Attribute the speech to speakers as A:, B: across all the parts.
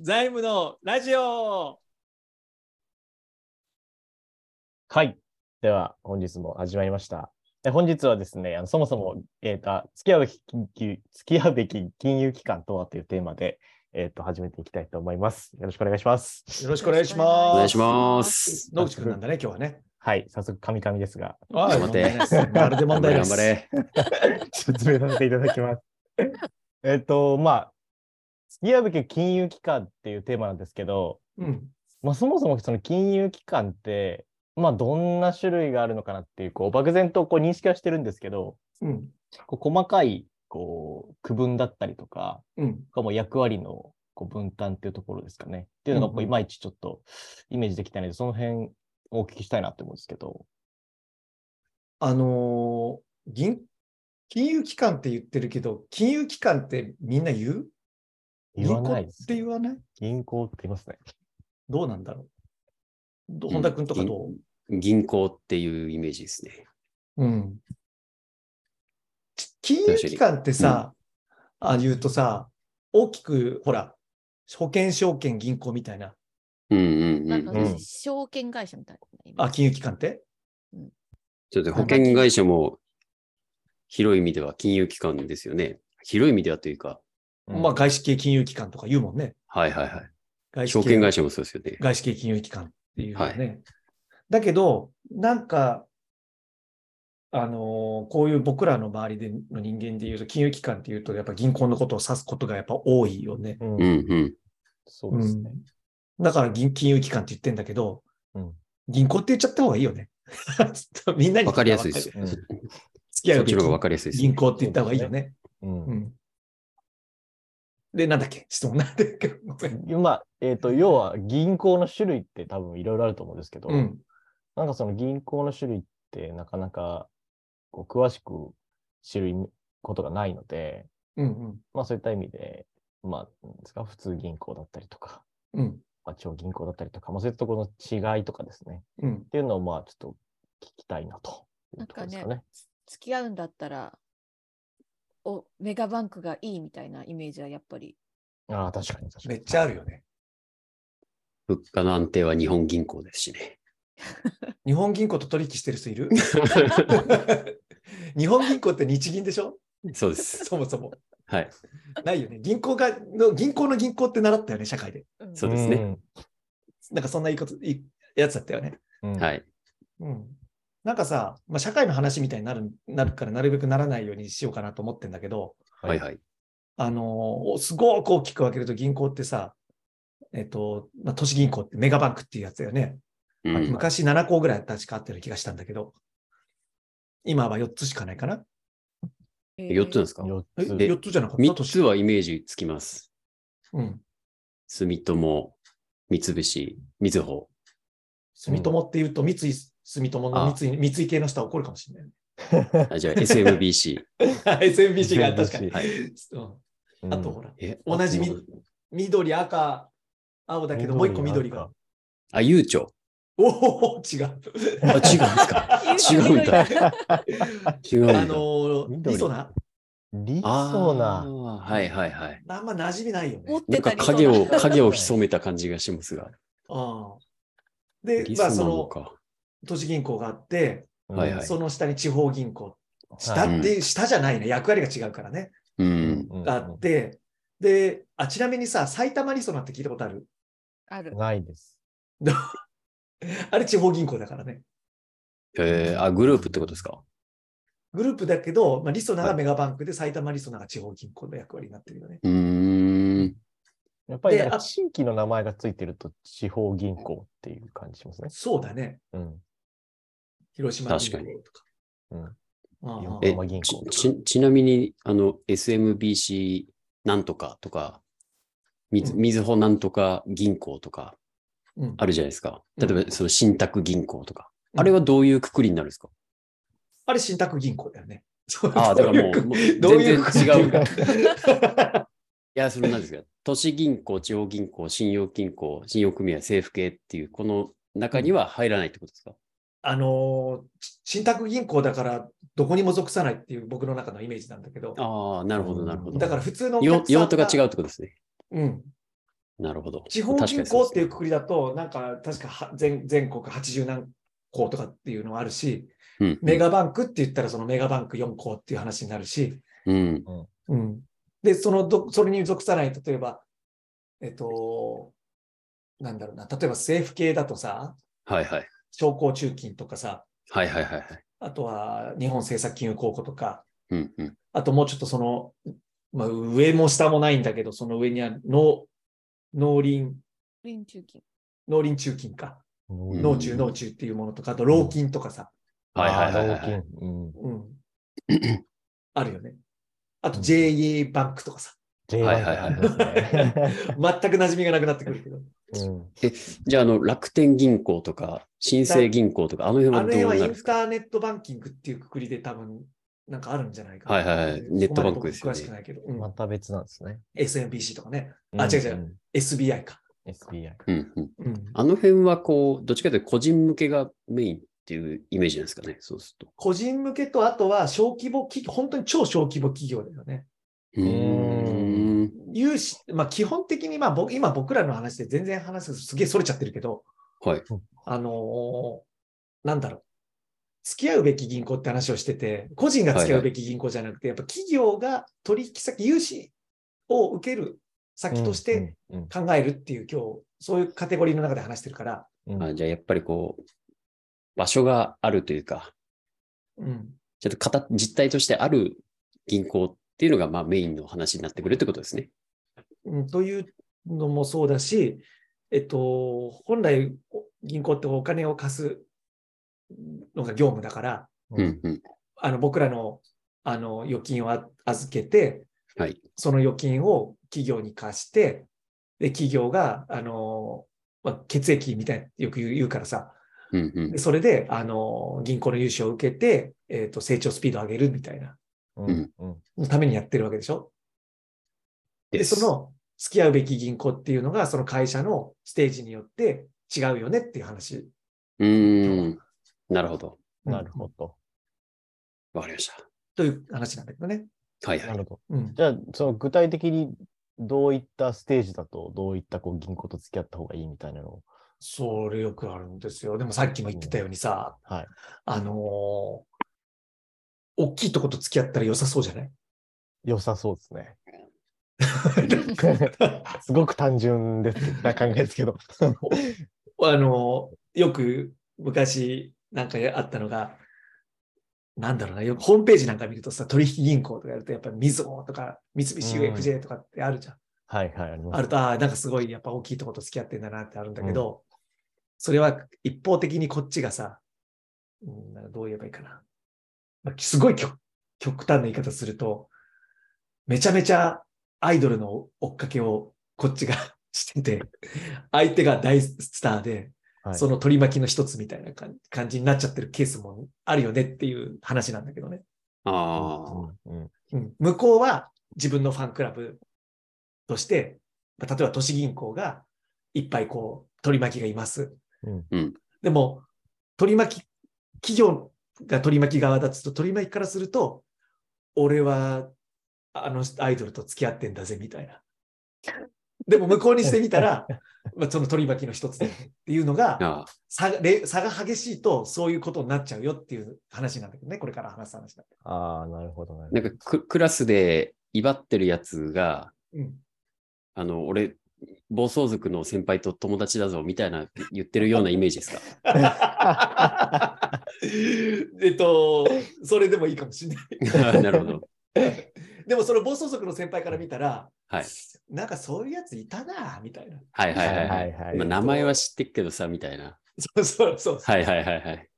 A: 財務のラジオ
B: はい。では、本日も始まりました。え本日はですね、あのそもそも、えーと、あ付き合うべき緊急付き合うべき金融機関とはというテーマで、えー、と始めていきたいと思います。よろしくお願いします。
A: よろしくお願いします。
C: お願いします。
A: 野口くんなんだね、今日はね。
B: はい、早速、カミカミですが、
A: あ
C: ちょっと待って
A: て。まるで問題です。
C: 頑張れ。頑張れ
B: 説明させていただきます。 えっと、まあ、付き合うべき金融機関っていうテーマなんですけど、
A: うん。
B: まあ、そもそもその金融機関って、まあ、どんな種類があるのかなっていう、こう漠然とこう認識はしてるんですけど、
A: うん。
B: こう細かいこう区分だったりとか、
A: うん。
B: がもう役割のこう分担っていうところですかね。っていうのがこ
A: うんう
B: うんいまいちちょっとイメージできてないので、その辺お聞きしたいなって思うんですけど。
A: あのー銀、金融機関って言ってるけど、金融機関ってみんな言う
B: 言わないで
A: 銀行っ
B: す
A: て
B: ね、
A: 言わない
B: 銀行って言いますね。
A: どうなんだろうど
C: うん
A: 本田君とかど
C: 銀銀行っていうイメージですね。
A: ううん。金融機関ってさ、あ言うとさ、大きく、ほら、保険証券銀行みたいな、
C: うんうんう
D: なん
C: ん。
D: か
B: う、ん
D: 証券会社みたいなイメージ。
A: あ、金融機関って
C: ちょっと保険会社も広い意味では金融機関ですよね。広い意味ではというか、
B: うん
A: まあ、外資系金融機関とか言うもんね。
C: はいはいはい。
A: 外資
C: 証
A: 系
C: 券会社もそうですよね。
A: 外資系金融機関っていうのはね。
C: は
A: だけど、なんか、あのーこういう僕らの周りでの人間でいうと、金融機関っていうと、やっぱ銀行のことを指すことがやっぱ多いよね。
B: うん
C: うんうん。
B: そうですね。
A: だから銀金融機関って言ってんだけど、
B: うん
A: 銀行って言っちゃった方がいいよね。 ちょっとみんなに
C: わかりやすいですよ。
B: うん
A: 付き合
C: そうっ
A: べ
C: ち
A: き
C: の方がわかりやすいです、
A: 銀
C: ね。
A: 行って言った方がいいよね。
B: うん
A: うんで、なんだっけ質問なんだっけごめん
B: まあ、えっ、と、要は銀行の種類って多分いろいろあると思うんですけど、
A: うん。
B: なんかその銀行の種類ってなかなかこう詳しく知ることがないので、
A: うん
B: まあそういった意味で、まあ、なんですか、普通銀行だったりとか、
A: うん。うん。
B: まあ、超銀行だったりとか、まあ、そういったところの違いとかですね。
A: うん
B: っ。ていうのを、まあ、ちょっと聞きたいなとい
D: な
B: うんとこ
D: か
B: ろです
D: ね
B: かね。、
D: つ付き合うんだったら、おメガバンクがいいみたいなイメージはやっぱり。
B: ああ、確かに確か
A: め
B: に。
A: っちゃあるよね。
C: 物価の安定は日本銀行ですしね。
A: 日本銀行と取引してる人 いる日本銀行って日銀でしょ
C: そうです。
A: そもそも。
C: はい。
A: ないよね。銀行がの、銀行の銀行って習ったよね、社会で。
D: うん
C: そうですね
A: なんかそんないいこと、いいやつだったよね。
B: うん。うん
C: はい。
A: うん。なんかさ、まあ、社会の話みたいになるなるから、なるべくならないようにしようかなと思ってんだけど、
C: はいはい。
A: あのーおすごく大きく分けると銀行ってさ、えっと、まあ、都市銀行ってメガバンクっていうやつだよね。
C: うん。
A: 昔7校ぐらい確かあったような気がしたんだけど、今は4つしかないかな。
D: え
C: 4つなんですか
B: 四
A: え、
B: つ。
A: 4つじゃなかった
C: ?3 つはイメージつきます。
A: うん。
C: 住友、三菱、みずほ。
A: 住友って言うと、三井住友の三井三井系の人は怒るかもしれ
C: あじゃあ SMBC。
A: ないね。SMBC が確かに。
C: はい
A: うん
B: うん
A: あとほら、
C: え
A: 同じみ緑、赤、青だけど、もう一個緑。
B: 赤
A: が。
C: あ、ゆうちょ。
A: おお、違う。
C: あ、違うんですか。違うんだ。違うんだ。
A: あのー、
B: 緑
A: リソナ、
B: 理
C: あー
B: 想な。
C: はいはいはい。
A: あんま馴染みないよ
D: 持っ
A: ね。
C: な
D: て
C: ん
D: た
C: か
D: り
C: 影を、
D: そう
C: 影を潜めた感じがしますが。
A: あで
C: 理、想
A: まあ、
C: な
A: そ
C: の
A: の、
C: か。
A: 都市銀行があって、
C: はいはい
A: その下に地方銀行。下
B: はい
A: っていう、下じゃないね。役割が違うからね。
C: う。
B: うんん
A: あって、で、あ、ちなみにさ、埼玉リソナって聞いたことある
D: ある。
B: ないです。
A: あれ地方銀行だからね。
C: えー、あ、グループってことですか。
A: グループだけど、まあ、リソナがメガバンクで、埼玉リソナが地方銀行の役割になってるよね。
C: うーん。
B: やっぱり
A: で
B: なんか
A: あ
B: 地域の名前がついてると地方銀行っていう感じしますね。
A: そうだね。
B: うん。
A: 広島銀
C: 確かに
A: 行とか。
B: うん
A: うんうん
B: え
A: うん
B: まあ銀
C: ち
B: 行とか
C: ちちなみに、あの、SMBC なんとかとか、みず
A: うん
C: みずほなんとか銀行とか
A: うん
C: あるじゃないですか。
A: う
C: 例
A: ん
C: えば、その信託銀行とか。
A: うん
C: あれはどういうくくりになるんですか
A: あれ、信託銀行だよね。
C: ああ、だからもう、もう全
A: どうい
C: 然
A: う
C: 違 う。い
A: 違う。
C: や、それなんですけど、都市銀行、地方銀行、信用金庫、信用組合、政府系っていう、この中には入らないってことですか、
A: あのー、ち信託銀行だから、どこにも属さないっていう僕の中のイメージなんだけど、
C: ああ、なるほど、なるほど。
A: だから普通のお
C: 用
A: 客さん
C: 用途が違うってことですね。
A: うん。
C: なるほど。
A: 地方銀行っていうく
C: 確
A: くりだと、なんか確かは全全国80何校とかっていうのもあるし、
C: かにそうですね
A: メガバンクって言ったらそのメガバンク4校っていう話になるし、
C: うん。うん。
A: うん、で、そのどそれに属さない、例えば、えっと、なんだろうな、例えば政府系だとさ、
C: はいはい。
A: 商工中金とかさ、
C: はいはいはいはい。
A: あとは日本政策金融公庫とか、
C: うんうん。
A: あともうちょっとその、まあ、上も下もないんだけど、その上には農農林、
D: 臨中 金。
A: 農林中金か。
C: うん
A: 農中、農中っていうものとか、あと、老金とかさ、
C: はいはいはい、はい。
B: あー老金うん
A: うん。あるよね。あと、JA バンクとかさ、
B: J1
C: はいはいはい
B: です ね
A: 全く馴染みがなくなってくるけど、
B: うん
C: じゃあ、あの、楽天銀行とか、新生銀行とか、あの辺
A: あ
C: は
A: の
C: ど
A: 辺は
C: う
A: イ
C: な
A: ン
C: る
A: ターネットバンキングっていうくくりで多分、なんかあるんじゃないかな。
C: はいはいはいネットバンクですよね
A: そこまで僕詳しくないけど、うん
B: また別なんですね。
A: SMBC とかね、あ違う違う
B: うん。
A: SBI か。
B: SBI。
C: うんうん。
A: うん
C: あの辺は、こう、どっちかというと個人向けがメインっていうイメージなんですかね。そうすると。
A: 個人向けと、あとは小規模企業、本当に超小規模企業だよね。
C: うーん。
A: 融資、まあ、基本的に、まあ、僕今僕らの話で全然話すすげえそれちゃってるけど、
C: はい。
A: あのーなんだろう。付き合うべき銀行って話をしてて、個人が付き合うべき銀行じゃなくて、やっぱ企業が取引先、融資を受ける先として
B: うん、うん
A: 考えるっていう、今日、そういうカテゴリーの中で話してるから、
B: うん
C: あじゃあ、やっぱりこう、場所があるというか、
A: うん、
C: ちょっと形実態としてある銀行っていうのが、まあ、メインの話になってくるってことですね。
A: うん、というのもそうだし、えっと、本来お銀行ってお金を貸すのが業務だから、
C: うんうん。
A: あの僕らのあの預金をあ預けて、
C: はい
A: その預金を企業に貸して、で企業があの、まあ、血液みたいなよく言う言うからさ、
C: うんうん
A: で。それであの銀行の融資を受けて、えっと成長スピードを上げるみたいな
B: うんうん
A: のためにやってるわけでしょ。
C: で
A: で、そ、の付き合うべき銀行っていうのが、その会社のステージによって違うよねっていう話。
C: うーん。なるほど。
B: なるほど。
C: わかりました。
A: という話なんだけどね。
C: はいは。
B: ないるほど。
A: うん、
B: じゃあ、その具体的にどういったステージだと、どういったこう銀行と付き合った方がいいみたいなのを。
A: それよくあるんですよ。でもさっきも言ってたようにさ、
B: はい。
A: あのー大きいとこと付き合ったら良さそうじゃない
B: 良さそうですね。
A: なんか
B: すごく単純ですな考えですけど。
A: あのーよく昔なんかあったのが、なんだろうな、よくホームページなんか見るとさ、取引銀行とかやると、やっぱりみずほとか三菱 UFJ とかってあるじゃん。
B: はいはい、あります。
A: あると、ああ、なんかすごいやっぱ大きいとこと付き合ってんだなってあるんだけど、それは一方的にこっちがさ、うん、なんかどう言えばいいかな。まあすごい極極端な言い方すると、めちゃめちゃアイドルの追っかけをこっちが してて、相手が大スターで、
B: はい
A: その取り巻きの一つみたいな感感じになっちゃってるケースもあるよねっていう話なんだけどね。
C: ああ。
B: うんうん
A: うん向こうは自分のファンクラブとして、まあ例えば都市銀行がいっぱいこう取り巻きがいます。
B: うん
C: うん
A: でも、取り巻き、企業が取り巻き側だと、取り巻きからすると、俺はあのアイドルと付き合ってんだぜみたいな。でも向こうにしてみ たら、まあその取り巻きの一つでっていうのが
C: ああ。
A: 差が、れ差が激しいとそういうことになっちゃうよっていう話なんだけどね、これから話す話だけ
B: ああ、なるほど、なるほ
C: なんかク、クラスで威張ってるやつが、
A: ど。うん
C: あの、俺、暴走族の先輩と友達だぞみたいな言って るようなイメージですか。
A: えっと、それでもいいかもしれない。
C: なるほど。
A: でもその暴走族の先輩から見たら、
C: はい
A: なんかそういうやついたな、みたいな。
C: はいはいはい
B: は
C: はいい。
B: はいはい
C: まあ、名前は知ってっけどさ、みたいな。
A: そうそうそう。
C: はいはいはいはい。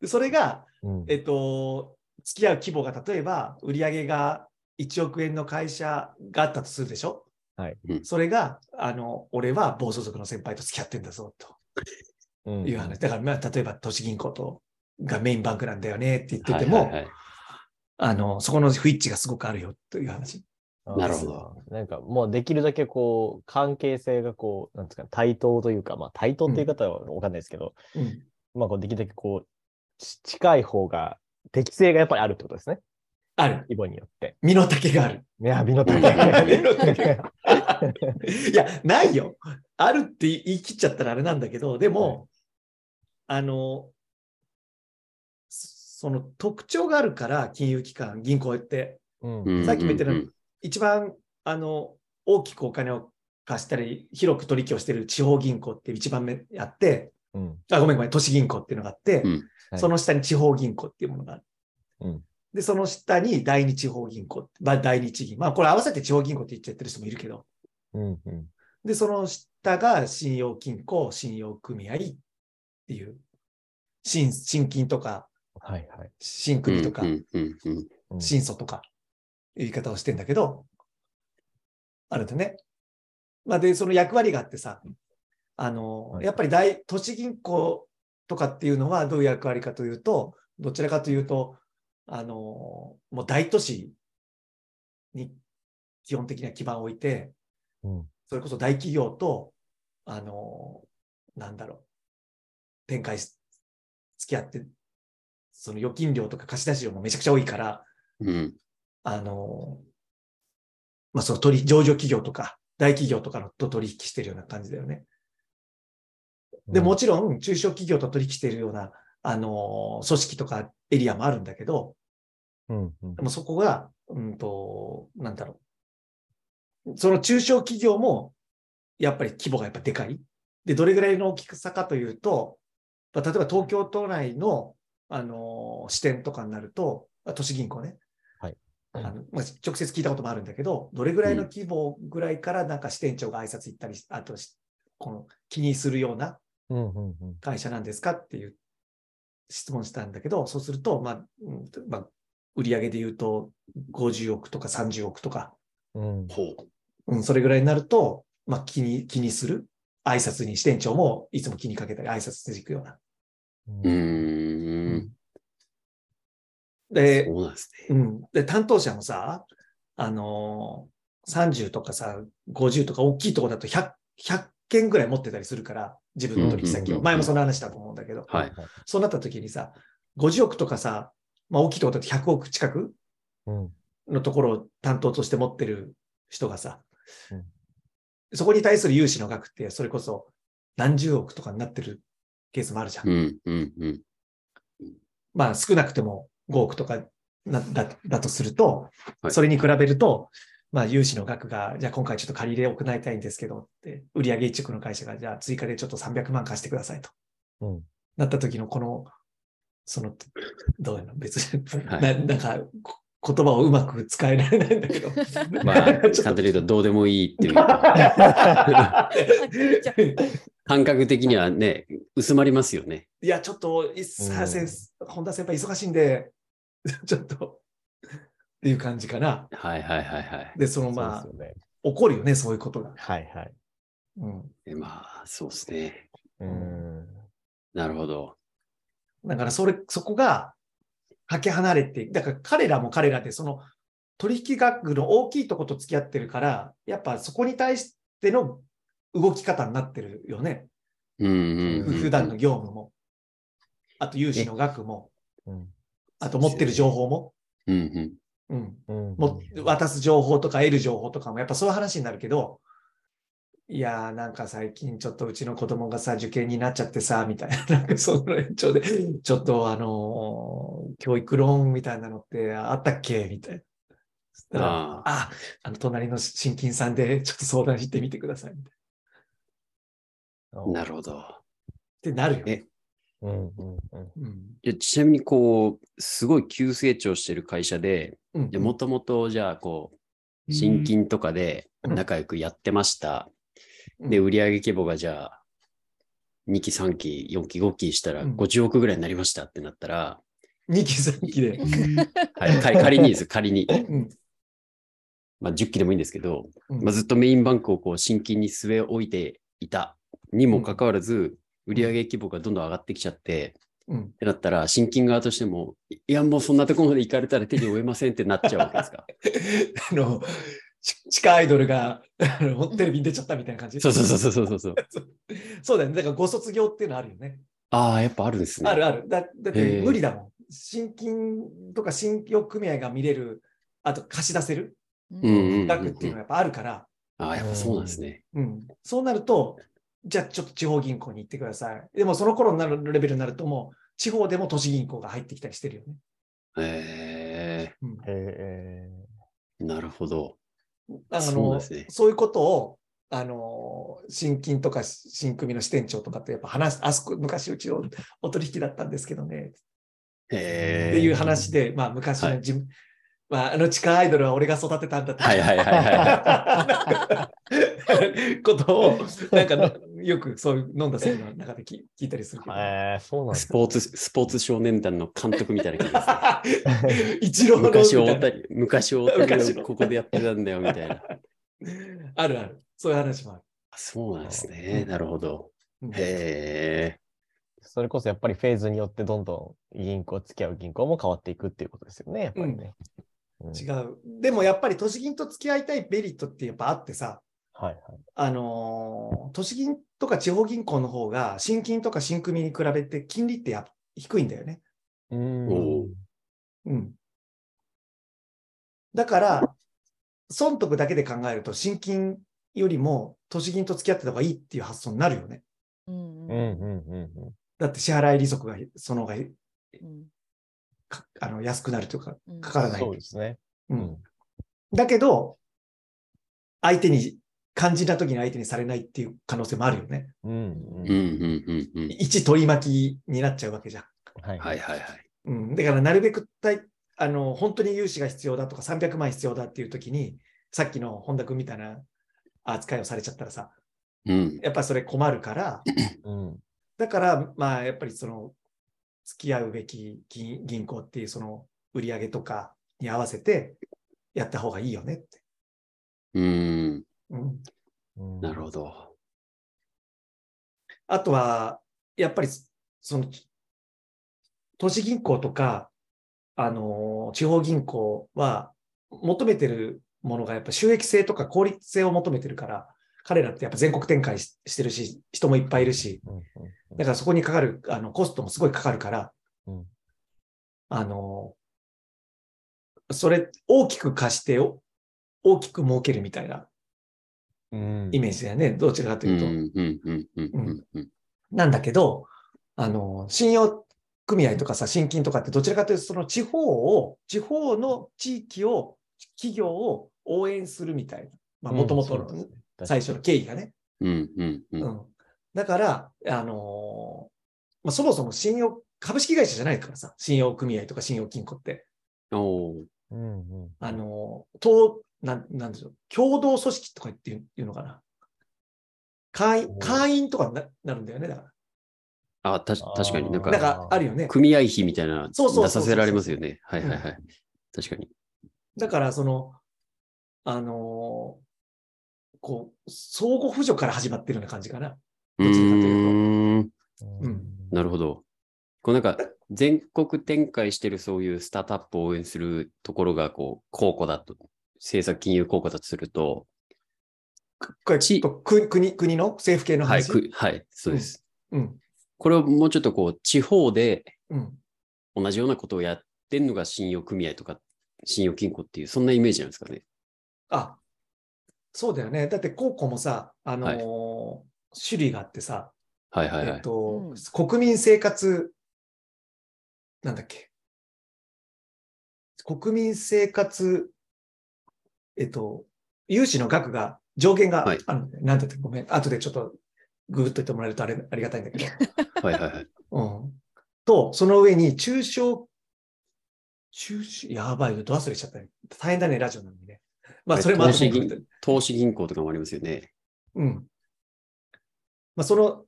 A: でそれが、
B: ど。うん
A: えっと、付き合う規模が例えば、売上が1億円の会社があったとするでしょ。
B: はい
C: うん
A: それが、あの、俺は暴走族の先輩と付き合ってんだぞ、と。
B: うん
A: いう話。だから、まあ、例えば、都市銀行とがメインバンクなんだよねって言って
C: はい
A: て
C: は
A: も、
C: いはい
A: あの、そこの不一致がすごくあるよという話。
B: あ
C: なるほど
B: そうなんかもうできるだけこう関係性がこうなんですか対等というかまあ対等っていう言い方はわかんないですけど、
A: うん、
B: まあこうできるだけこうち近い方が適性がやっぱりあるってことですね
A: ある。
B: 規模によって。
A: 身の丈がある。
B: いや身の丈
C: 身
A: の丈
B: が
A: いや、ないよ。あるって言い切っちゃったらあれなんだけど、でも、あの、そその特徴があるから、金融機関、銀行って、
B: うん
C: うん
A: さっきも言ったよう
C: う
A: に
C: ん
A: 一番、あの、大きくお金を貸したり、広く取引をしている地方銀行って一番目あって、
B: うん
A: あ、ごめんごめん、都市銀行っていうのがあって、
C: うん
B: はい
A: その下に地方銀行っていうものがある。
B: うん
A: で、その下に第二地方銀行、まあ、第二地銀。まあ、これ合わせて地方銀行って言っちゃってる人もいるけど、
B: うんうん
A: で、その下が信用金庫、信用組合っていう、新新金とか、
B: はいはい
A: 新組とか、
C: うんうんうん
B: うん。
A: 新祖とか、言い方をしてんだけど、あるんだね。まあ、で、その役割があってさ、あの、
B: はい
A: やっぱり大、都市銀行とかっていうのはどういう役割かというと、どちらかというと、あの、もう大都市に基本的には基盤を置いて、
B: うん
A: それこそ大企業と、あの、なんだろう、展開し、付き合って、その預金量とか貸し出し量もめちゃくちゃ多いから、
C: うん
A: あの、まあ、その取り、上場企業とか、大企業とかのと取引してるような感じだよね。で、もちろん、中小企業と取引してるような、あの、組織とかエリアもあるんだけど、
B: うんうん
A: でもそこが、うんと、なんだろう。その中小企業も、やっぱり規模がやっぱでかい。で、どれぐらいの大きさかというと、まあ例えば東京都内の、あの支店とかになると、あ都市銀行ね。
B: はい
A: あのまあ、直接聞いたこともあるんだけど、どれぐらいの規模ぐらいからなんか支店長が挨拶行ったりし、あとしこの気にするような
B: うんうんうん
A: 会社なんですかっていう質問したんだけど、そうすると、まあ、うんまあ、売上で言うと50億とか30億とか、
B: うん
C: ほう
A: うん、それぐらいになると、まあ、気に、気にする。挨拶に支店長もいつも気にかけたり挨拶していくような。
C: う
A: う
C: ー
A: ん
C: ん
A: で、
C: そうなんですね
A: うん。で、担当者もさ、あのー30とかさ、50とか大きいとこだと100、100件ぐらい持ってたりするから、自分の取引先
C: うんうんうんう
A: を。
C: ん
A: 前もその話したと思うんだけど。
C: はい
A: そうなった時にさ、50億とかさ、まあ大きいとこだと100億近く
B: うん
A: のところを担当として持ってる人がさ、
B: うん
A: そこに対する融資の額って、それこそ何十億とかになってるケースもあるじゃん。
C: うんうん うん
A: まあ少なくても5億とかなだだとすると、
C: はい
A: それに比べると、まあ融資の額が、じゃあ今回ちょっと借り入れを行いたいんですけどって、売上一億の会社が、じゃあ追加でちょっと300万貸してくださいと。
B: うん
A: なった時のこの、その、どういうの別に、
C: はい
A: ななんか、こ 言葉をうまく使えられないんだけど。
C: ま あちゃんと言うとどうでもいいっていう感覚的にはね薄まりますよね
A: いや、ちょっと、いっさ
B: うん
A: 先生本田先輩忙しいんで、 ちょっと、っていう感じかな。
C: はいはいはいはい
A: で、そのまあ、
B: そうですよね
A: 起こるよね、そういうことが。
B: はいはい
A: うん。
C: えまあそうですね
B: うん
C: なるほど
A: だから、それ、そこが、かけ離れて、だから彼らも彼らで、その、取引額の大きいとこと付き合ってるから、やっぱそこに対しての動き方になってるよね。
C: うんうんうん
A: 普段の業務も、あと融資の額も、
B: うん
A: あと持ってる情報も、
C: うんう
A: う
C: ん
A: ん、
B: うん
A: も渡す情報とか得る情報とかも、やっぱそういう話になるけど、いやーなんか最近ちょっとうちの子供がさ、受験になっちゃってさ、みたいな、なん かその延長で、ちょっとあのー教育ローンみたいなのってあったっけみたいな。そしたら
C: あ
A: あ、あの隣の新金さんでちょっと相談してみてください。みたいなっ
C: なるほど
A: てなるよね。
B: うんうんうん
A: うん。
C: いやちなみにこうすごい急成長してる会社で
A: うん
C: もともとじゃあこう新金とかで仲良くやってました、
A: うん
C: で売上規模がじゃあ2期3期4期5期したら
A: うん
C: 50億ぐらいになりましたってなったら、
A: 2期3期で。
C: はい、仮 仮にです仮に、
A: うん
C: まあ、10期でもいいんですけど、
A: うん
C: まあ、ずっとメインバンクをこう新金に据え置いていたにもかかわらず、売上規模がどんどん上がってきちゃって、
A: うん
C: ってなったら、新金側としても、いいや、もうそんなところまで行かれたら手に負えませんってなっちゃうわけですか。
A: あの、ち地下アイドルがあのテレビに出ちゃったみたいな感じ。
C: そうそうそうそうそうそう。
A: そうだよね。だから、ご卒業っていうのあるよね。
C: ああ、やっぱあるんですね。
A: あるある。だだっ
C: へ
A: て、
C: え
A: 無理だもん。新金とか新用組合が見れる、あと貸し出せる
D: う
C: うんうん
D: ん
C: うんうん
A: 額っていうのはやっぱあるから、
C: ああ、やっぱそうなんですね。
A: うん、そうなると、じゃあちょっと地方銀行に行ってください。でもその頃になるレベルになると、もう地方でも都市銀行が入ってきたりしてるよね。
C: え
A: うん、
B: へえ。
C: えなるほど。
A: あの
C: そう
A: そう
C: ですね
A: いうことを、あの、新金とか新組の支店長とかとやっぱ話す、あそこ昔うちのお取引だったんですけどね、っ
C: へ
A: て
C: え
A: いう話で、まあ昔
C: はい
A: の自分、まああの地下アイドルは俺が育てたんだって。
C: はいはいはい はいはい。
A: ことを、なんかのよくそういう飲んだセミナーの中で聞聞いたりするけど。
B: えー、そうなんで
C: ス
B: す
C: ポーツ、スポーツ少年団の監督みたいな感じです ね。
A: 一郎の
C: 昔
A: み
C: 大
A: たい
C: 谷、昔 大
A: 昔
C: 谷
A: の
C: をここでやってたんだよみたいな。
A: なあるある。そういう話もある。
C: そうなんですね。なるほど。
A: うん
C: へえ。
B: それこそやっぱりフェーズによってどんどん銀行、付き合う銀行も変わっていくっていうことですよね、やっぱりね。うん
A: 違う。でもやっぱり都市銀と付き合いたいメリットってやっぱあってさ、
B: はいはい。
A: あのー都市銀とか地方銀行の方が、新金とか新組に比べて金利ってやっぱ低いんだよね。
B: うーん
C: おう
A: うん。だから、損得だけで考えると、新金よりも都市銀と付き合ってた方がいいっていう発想になるよね。
D: うん
B: うんう
D: うん
B: んうん
A: だって支払い利息がその方が
D: うん
A: かあの安くなるというか、
D: うん
A: かか
B: う
A: ら
B: ん。
A: ない。
B: そうですね。
A: う
B: うん
A: ん、だけど、相手に、肝心な時に相手にされないっていう可能性もあるよね。
B: うんう
C: うんう
B: ん。
C: んうんうん。
A: 一取り巻きになっちゃうわけじゃん。
B: はい。
C: はいいはいはい。
A: うん、だからなるべく対あの本当に融資が必要だとか300万必要だっていう時にさっきの本田君みたいな扱いをされちゃったらさ
C: うん。
A: やっぱりそれ困るから
B: うん
A: だからまあやっぱりその付き合うべき銀銀行っていうその売り上げとかに合わせてやった方がいいよねって。
C: うん。
A: うん、
B: うん
C: なるほど。
A: あとは、やっぱりそ、その、都市銀行とか、あのー、地方銀行は、求めてるものが、やっぱ収益性とか効率性を求めてるから、彼らってやっぱ全国展開ししてるし、人もいっぱいいるし、
B: うんうん
A: だからそこにかかる、あの、コストもすごいかかるから、
B: うん
A: あのー、それ、大きく貸して、お大きく儲けるみたいな
B: うんうん
A: イメージだよね、どちらかと
C: うん
A: いう
C: う
A: と。
C: んうんうんうんうん。
A: なんだけど、あの、信用組合とかさ、信金とかってどちらかというと、その地方を、地方の地域を、企業を応援するみたいな。まあ、もともと
B: うんそうですね
A: の
B: 確かに
A: 最初の経緯がね。
C: うんうん
A: う
C: う。
A: んん。だから、あのーまあ、そもそも信用、株式会社じゃないからさ、信用組合とか信用金庫って、
C: おう
B: うんうん
A: あのー、党、なん、なんでしょう、共同組織とか言っていういうのかな。会員、会員とかにななるんだよね、だか
C: あ、たし確かになん
A: ら。なん
C: か、
A: かあるよね。
C: 組合費みたいな、
A: そうそうそうそう
C: 出させられますよね。はいはいはい。確かに。
A: だから、その、あのーこう、相互扶助から始まってるような感じかな。
C: う
A: どちらかと
C: ーん。
A: う
B: うんん。
C: なるほど。こうなんか、全国展開してるそういうスタートアップを応援するところが、こう、公庫だと、政策金融公庫だとすると、
A: くこれ、
C: ち
A: とく国、国の政府系の
C: はい、
A: 話。
C: くはい、そうです。
A: うん。
C: これをもうちょっとこう、地方で
A: うん。
C: 同じようなことをやってんのが信用組合とか、信用金庫っていう、そんなイメージなんですかね。
A: あ、そうだよね。だって、高校もさ、あのー種類があってさ、
C: はいはいは
A: えっ
C: い。
A: と、
D: う
A: 国民生活、なんだっけ。国民生活、えっと、融資の額が、上限が
C: はい
A: あるんだよ、なんだってごめん。後でちょっと、ググっといてもらえるとあれありがたいんだけど。
C: はいはいはい。
A: うんと、その上に中小、中小、やばいよ、ど忘れしちゃったね。大変だね、ラジオなのにね。まあ、それも
C: 投
A: 後で
C: 資
A: 聞いて
C: 銀投資銀行とかもありますよね。
A: うん。まあ、その、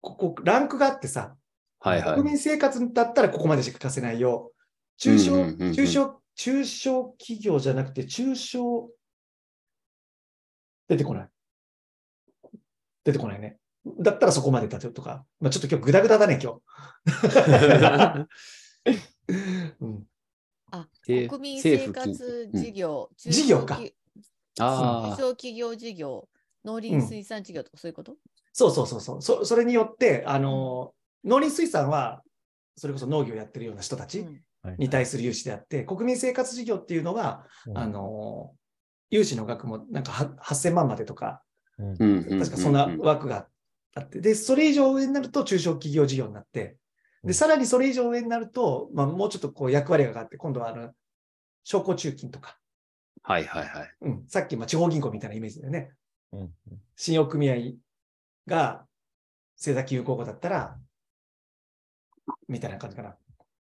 A: ここ、ランクがあってさ、
C: はいはい。
A: 国民生活だったらここまでしか貸せないよ。中
C: うんうんうん
A: 小、
C: うん
A: 中小、中小企業じゃなくて、中小、出てこない。出てこないね。だったらそこまでだよとか。まあ、ちょっと今日グダグダだね、今日。うん、
D: あ
C: で
D: 国民生
C: 政府金
D: 活事業、中
A: 事業
D: 小
A: か
D: 企中
C: ああ、
D: 小企業事業、農林水産事業とかそういうこと、
A: そうそうそうそう。そそれによって、あのー、農林水産は、それこそ農業やってるような人た
D: う
A: ち
D: ん
A: に対する融資であって、国民生活事業っていうのは、
B: うん
A: あのー、融資の額もなんかは8000万までとか、
B: うん
C: 確
A: 確かそんな枠があって、で、それ以上上になると中小企業事業になって、
B: うん
A: で、さらにそれ以上上になると、まあ、もうちょっとこう役割があって、今度はあの、商工中金とか、
C: はいはいはい。
A: うん、さっきまあ地方銀行みたいなイメージだよね。
B: うん
A: 信用組合が政策金融公庫だったら、みたいな感じかな。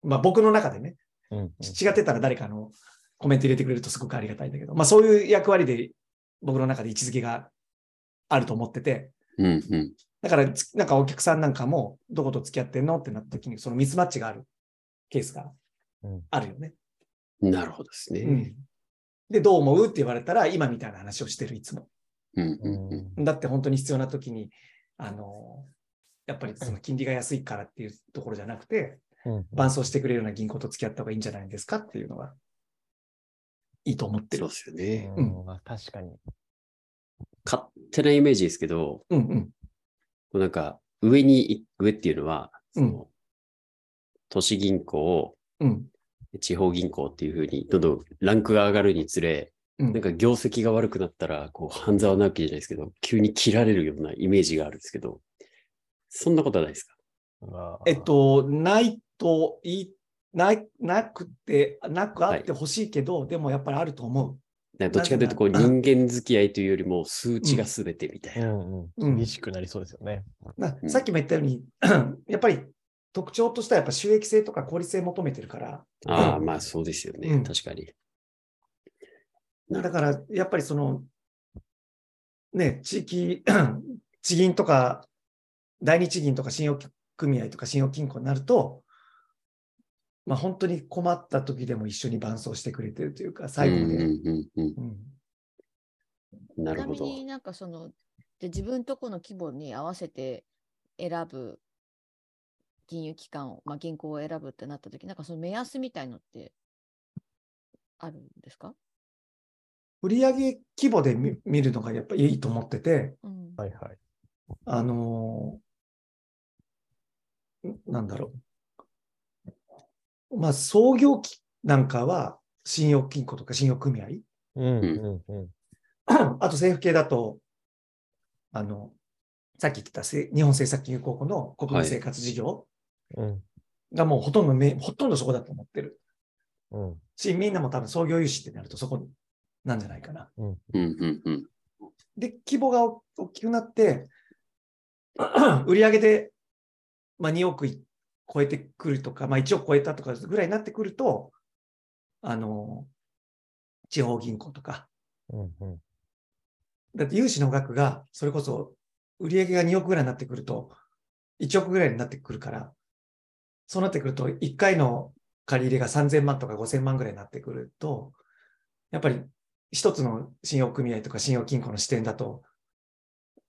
A: まあ僕の中でね、
B: うんうん
A: ち違ってたら誰かのコメント入れてくれるとすごくありがたいんだけど、まあそういう役割で僕の中で位置づけがあると思ってて、
C: うんうん。
A: だからつ、なんかお客さんなんかも、どこと付き合ってんのってなった時に、そのミスマッチがあるケースが
B: うん
A: あるよね。
C: なるほどです
A: う
C: ね。
A: んで、どう思うって言われたら、今みたいな話をしてる、いつも。
C: うん
B: う
C: うんうん
B: ん
A: だって本当に必要な時に、あの、やっぱりその金利が安いからっていうところじゃなくて、
B: うん
A: 伴走してくれるような銀行と付き合った方がいいんじゃないですかっていうのは、いいと思って
C: そ
A: る
C: う。ですよね。
B: うんまあ確かに。
C: 勝手なイメージですけど、
A: うんうん。
C: こうなんか、上に行く上っていうのは、その
A: うん
C: 都市銀行、
A: うん。
C: 地方銀行っていうふうに、どんどんランクが上がるにつれ、
A: うん
C: なんか業績が悪くなったら、こう、半沢直樹じゃないですけど、急に切られるようなイメージがあるんですけど、そんなことはないですか
B: まあ
A: えっ、と、ないといい、ない、なくて、なくあってほしいけど、でもやっぱりあると思
C: なんかどっちかというと、こう、
A: なんか
C: 人間付き合いというよりも、数値が全てみたいうな。
B: んう、
A: うんん
B: 厳しくなりそうですよね。
A: う。な
C: うん
A: さっきも言ったように、 やっぱり特徴としてはやっぱ収益性とか効率性求めてるから、
C: ああ、まあそうですよね。
A: うん
C: 確かに。なる
A: だ
C: ほ
A: からやっぱりその、ね、地域、 地銀とか、大日銀とか信用組合とか信用金庫になると、まあ本当に困った時でも一緒に伴走してくれてるというか、最後まで。
C: うんうんうん
A: うん
C: うん。な
D: ち
C: る
D: な
C: ほ
D: み
C: ど。
D: になんかそので自分とこの規模に合わせて選ぶ金融機関を、まあ、銀行を選ぶってなった時なんかその目安みたいのってあるんですか、
A: 売上規模で見見るのがやっぱいいと思ってて、
D: うん
B: はいはい。
A: あのーんなんだろう。まあ、創業期なんかは、信用金庫とか信用組合、
B: うんうんうん。
A: あと政府系だと、あの、さっき言ってたせ日本政策金融公庫の国民生活事業
B: うん
A: がもうほとんどめ、ほとんどそこだと思ってる
B: うん
A: し、みんなも多分創業融資ってなるとそこなんじゃないかな。
B: うん。
C: うんうんうん。
A: で、規模が大大きくなって、 売り上げで、まあ、2億い超えてくるとか、まあ、1億超えたとかぐらいになってくると、あの、地方銀行とか、
B: うんうん
A: だって融資の額が、それこそ売り上げが2億ぐらいになってくると、1億ぐらいになってくるから、そうなってくると、1回の借り入れが3000万とか5000万ぐらいになってくると、やっぱり一つの信用組合とか信用金庫の視点だと、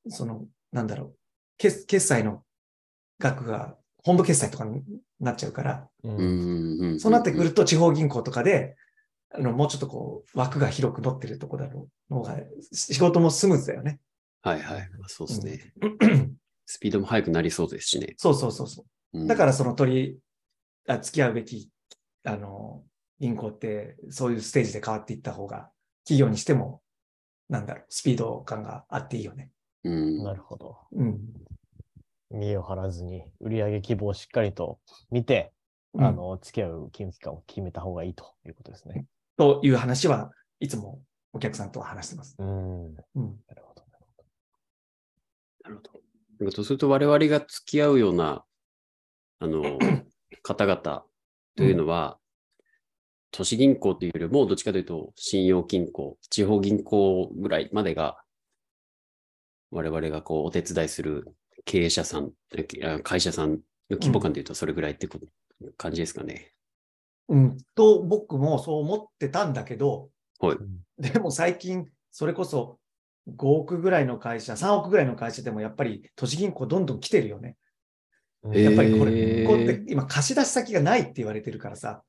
A: その、なんだろう、決決済の額が本部決済とかになっちゃうから、
B: う
C: うんんうんうん。
A: そうなってくると地方銀行とかで、あのもうちょっとこう枠が広く持ってるとこだろうの方が仕事もスムーズだよね。
C: はいはい。まあ、そうですね。
A: うん
C: スピードも速くなりそうですしね。、
A: そうそうそうそう。だかららその取り、あ付き合うべき、あの、銀行ってそういうステージで変わっていった方が、企業にしても、なんだろう、スピード感があっていいよね。
C: うん。
B: なるほど。
A: うん。
B: 身を張らずに、売上規模をしっかりと見て、
A: うん
B: あの、付き合う金融機関を決めた方がいいということですね。
A: という話はいつもお客さんとは話してます。
B: うん。な
A: うん。
B: るほど。
C: なるほど。なんかそうすると我々が付き合うような、あの、方々というのは、都市銀行というよりも、どっちかというと、信用金庫、地方銀行ぐらいまでが、我々がこう、お手伝いする経営者さん、えあ会社さんの規模感でいうと、それぐらいってこ感じですかね。
A: うん、と僕もそう思ってたんだけど、
C: はい
A: でも最近、それこそ5億ぐらいの会社、3億ぐらいの会社でもやっぱり都市銀行どんどん来てるよね。
B: うん
A: やっぱりこれ、
C: へー
A: こうって今貸し出し先がないって言われてるからさ。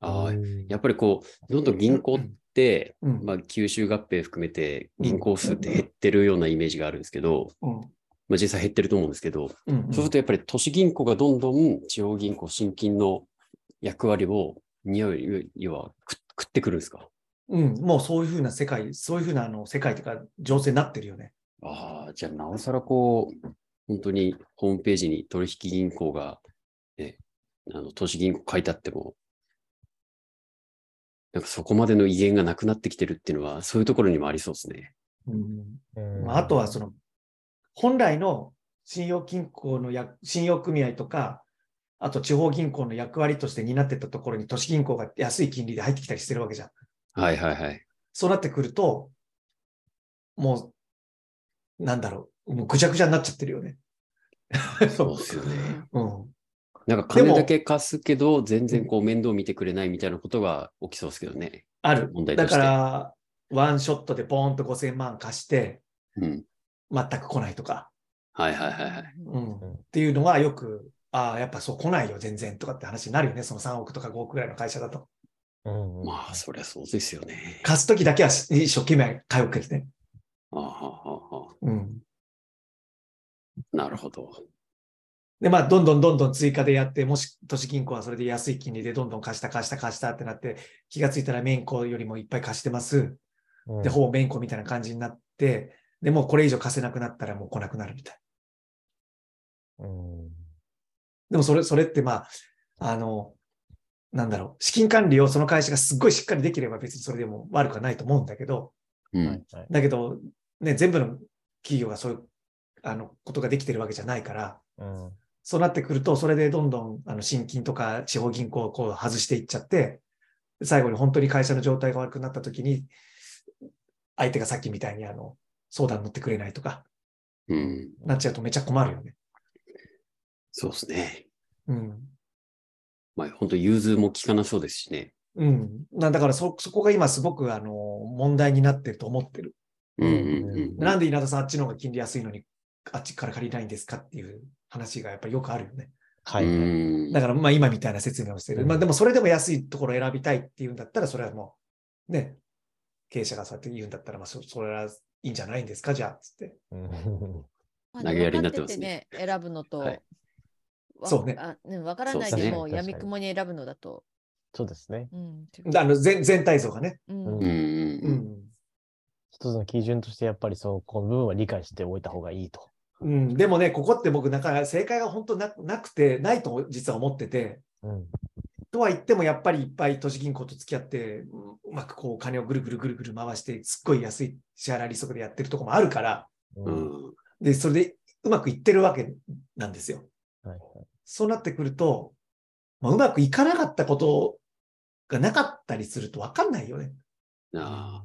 C: ああ、
B: うん
C: やっぱりこう、どんどん銀行って、
A: うん。
C: まあ、吸収合併含めて銀行数って減ってるようなイメージがあるんですけど、
A: うん
C: まあ、実際減ってると思うんですけど、
A: うんうん
C: そうするとやっぱり都市銀行がどんどん地方銀行、新金の役割を、匂い、要は食食ってくるんですか
A: うん、もうそういうふうな世界、そういうふうなあの世界というか、情勢になってるよね。
C: ああ、じゃあ、なおさらこう、本当にホームページに取引銀行が、ね、あの投資銀行書いてあっても、なんかそこまでの威厳がなくなってきてるっていうのは、そういうところにもありそうですね。
A: うん
B: うん
A: まあ、あとはその、本来の信用金庫のや信用組合とか、あと地方銀行の役割として担ってたところに都市銀行が安い金利で入ってきたりしてるわけじゃん。
C: はいはいはい。
A: そうなってくると、もう、なんだろう、もうぐちゃぐちゃになっちゃってるよね。
C: そうですよね。
A: うん。
C: なんか金だけ貸すけど、全然こう面倒見てくれないみたいなことが起きそうですけどね。
A: ある。
C: 問題と
A: だ
C: して
A: から、ワンショットでボーンと5000万貸して、
C: うん。
A: 全く来ないとか、
C: はいはいはいはい。
A: う
D: うん
A: ん。っていうのはよく、ああ、やっぱそう来ないよ、全然とかって話になるよね。その3億とか5億ぐらいの会社だと。
B: うんうん
C: まあ、そりゃそうですよね。
A: 貸すときだけはし一生懸命買い受けてね。
C: ああああああ
A: うん。
C: なるほど。
A: で、まあ、どんどんどんどん追加でやって、もし都市銀行はそれで安い金利でどんどん貸した貸した貸したってなって、気がついたらメイン行よりもいっぱい貸してます。
B: うん
A: で、ほぼメイン行みたいな感じになって、でもうこれ以上貸せなくなったらもう来なくなるみたい
B: う
A: な。
B: ん
A: でもそれ、それってまあ、あの、なんだろう、資金管理をその会社がすっごいしっかりできれば別にそれでも悪くはないと思うんだけど、
C: うん。
B: はいはい
A: だけど、ね、全部の企業がそういう、あの、ことができてるわけじゃないから、
B: うん
A: そうなってくると、それでどんどん、あの、新金とか地方銀行をこう外していっちゃって、最後に本当に会社の状態が悪くなった時に、相手がさっきみたいにあの、相談乗ってくれないとか、
C: うん。
A: なっちゃうとめっちゃ困るよね。
C: そうですね。
A: うん。
C: まあ、本当融通も効かなそうですしね。
A: うん。なんだからそ、そこが今すごく、あの、問題になってると思ってる。
C: うんうんうん。
A: なんで稲田さん、あっちの方が金利安いのに、あっちから借りないんですかっていう話がやっぱりよくあるよね。
B: はいはい
C: うん
A: だから、まあ今みたいな説明をしてる。
B: うん
A: まあでも、それでも安いところを選びたいっていうんだったら、それはもう、ね、経営者がそうやって言うんだったら、まあそ、それはいいんじゃないんですか、じゃあ、つって。
B: うん
D: まあ
C: 投げやりになってますね。
D: 分かってて選ぶのと、
C: はい
D: わ
A: そうね
D: あね分からない
C: そうで
D: で
C: すね
D: もう
B: 確かに
D: 闇雲に選ぶのだと。
B: そうですね。
D: うん
A: あの全全体像がね。
D: うん
C: うん
A: う
C: うん
A: ん。
B: 一つの基準として、やっぱりそのこの部分は理解しておいた方がいいと。
A: うん、でもね、ここって僕、なかなか正解が本当ななくて、ないと実は思ってて、
B: うん
A: とは言っても、やっぱりいっぱい都市銀行と付き合って、うんうまくこう、金をぐるぐるぐるぐる回して、すっごい安い支払い利息でやってるとこもあるから、
C: う
B: うん
C: ん。
A: で、それでうまくいってるわけなんですよ。
B: はい
A: そうなってくると、まあ、うまくいかなかったことがなかったりすると分かんないよね。
C: なあ。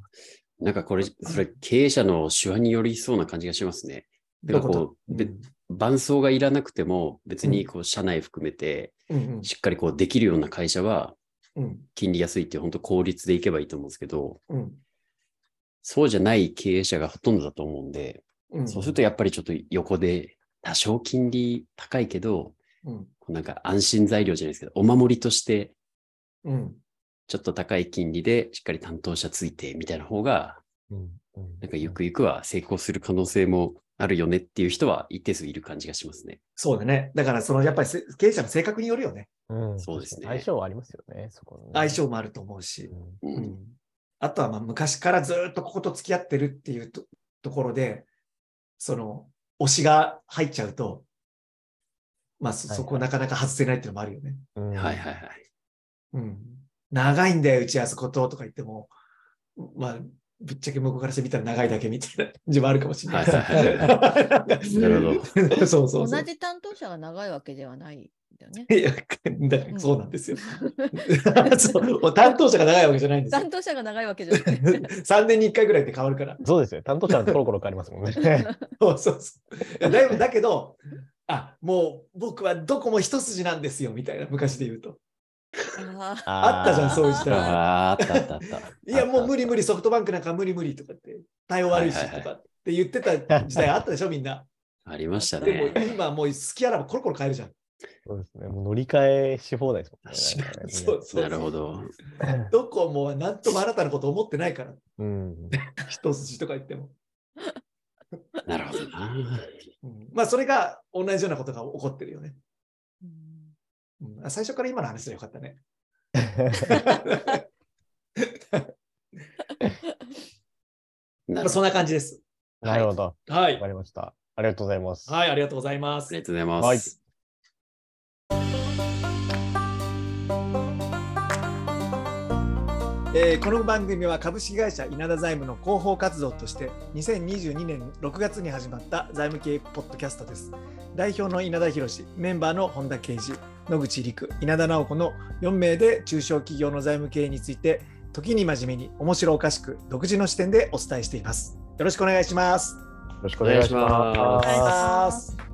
C: なんかこれ、それ経営者の手腕によりそうな感じがしますね。だからこう、
A: どいこ
C: べ
A: と
C: 伴奏がいらなくても、別にこう、社内含めて、
A: うんうん
C: しっかりこう、できるような会社は、
A: うん
C: 金利安いって本当効率でいけばいいと思うんですけど、
A: うん
C: そうじゃない経営者がほとんどだと思うんで、
A: うん
C: そうするとやっぱりちょっと横で、多少金利高いけど、
A: うん
C: こうなんか安心材料じゃないですけど、お守りとして、
A: うん
C: ちょっと高い金利でしっかり担当者ついてみたいな方が、
B: うんうん
C: なんかゆくゆくは成功する可能性もあるよねっていう人は一定数いる感じがしますね。
A: そうだね。だから、そのやっぱりせ経営者の性格によるよね。
B: うん
C: そうですね
B: 相性はありますよね、そこのね
A: 相性もあると思うし。
B: うん
C: う。
A: うんんあとはまあ昔からずーっとここと付き合ってるっていうとところで、その推しが入っちゃうと、まあそ
B: はいはい
A: そこなかなか外せないっていうのもあるよね。
B: うん
C: はいはいはい。
A: うん、長いんだよ、うちあそこととか言っても、まあぶっちゃけ向こうからしてみたら長いだけみたいな感じもあるかもしれない。
C: はいはいは
A: なるほど。 そうそうそう。
D: 同じ担当者が長いわけではないんだよね。
A: いやだからそうなん ですよ。 そうもう担当者が長いわけじゃないんですよ
D: 担。当者が長いわけじゃない。
A: 3年に1回ぐらいで変わるから。
B: そうですよ。担当者のコロコロ変わりますもんね。
A: そうそうそう。だいぶだけど、あもう僕はどこも一筋なんですよみたいな、昔で言うと。
D: あ
A: あったじゃん、そういう
D: し
A: 人
D: た
A: ら。
C: あーあったあったあった。
A: いや、もう無理無
C: 理。
A: 理、ソフトバンクなんか無理無理とかって、対応悪いしとかって言ってた時代あったでしょ、みんな。
C: ありました
A: でも
C: ね。
A: 今もう好きあらばコロコロ変えるじゃん。
B: そうですね。もう乗り換えし放題ですもんね。
A: そうそう
C: なるほど。
A: どこもなんともあなたのこと思ってないから、
B: うん。
A: 一筋とか言っても。
C: なるほ どな。
A: うんまあ、それが同じようなことが起こってるよね。
D: うん
A: うんあ最初から今の話でよかったね。ま
C: なる
A: あ
C: ほ
A: そん
C: ど
A: な感じです。
B: なるほど。
A: は
B: わ
A: い
B: か。りました。ありがとうございます。
A: はい、ありがとうございま
C: あ
A: す
C: り。がとうございます。
A: えーこの番組は株式会社稲田財務の広報活動として2022年6月に始まった財務系ポッドキャストです代表の稲田博メンバーの本田圭司野口陸稲田直子の4名で中小企業の財務経営について時に真面目に面白おかしく独自の視点でお伝えしていますよろしくお願いします
B: よろしくお願いします。
C: お願いします
A: お願いします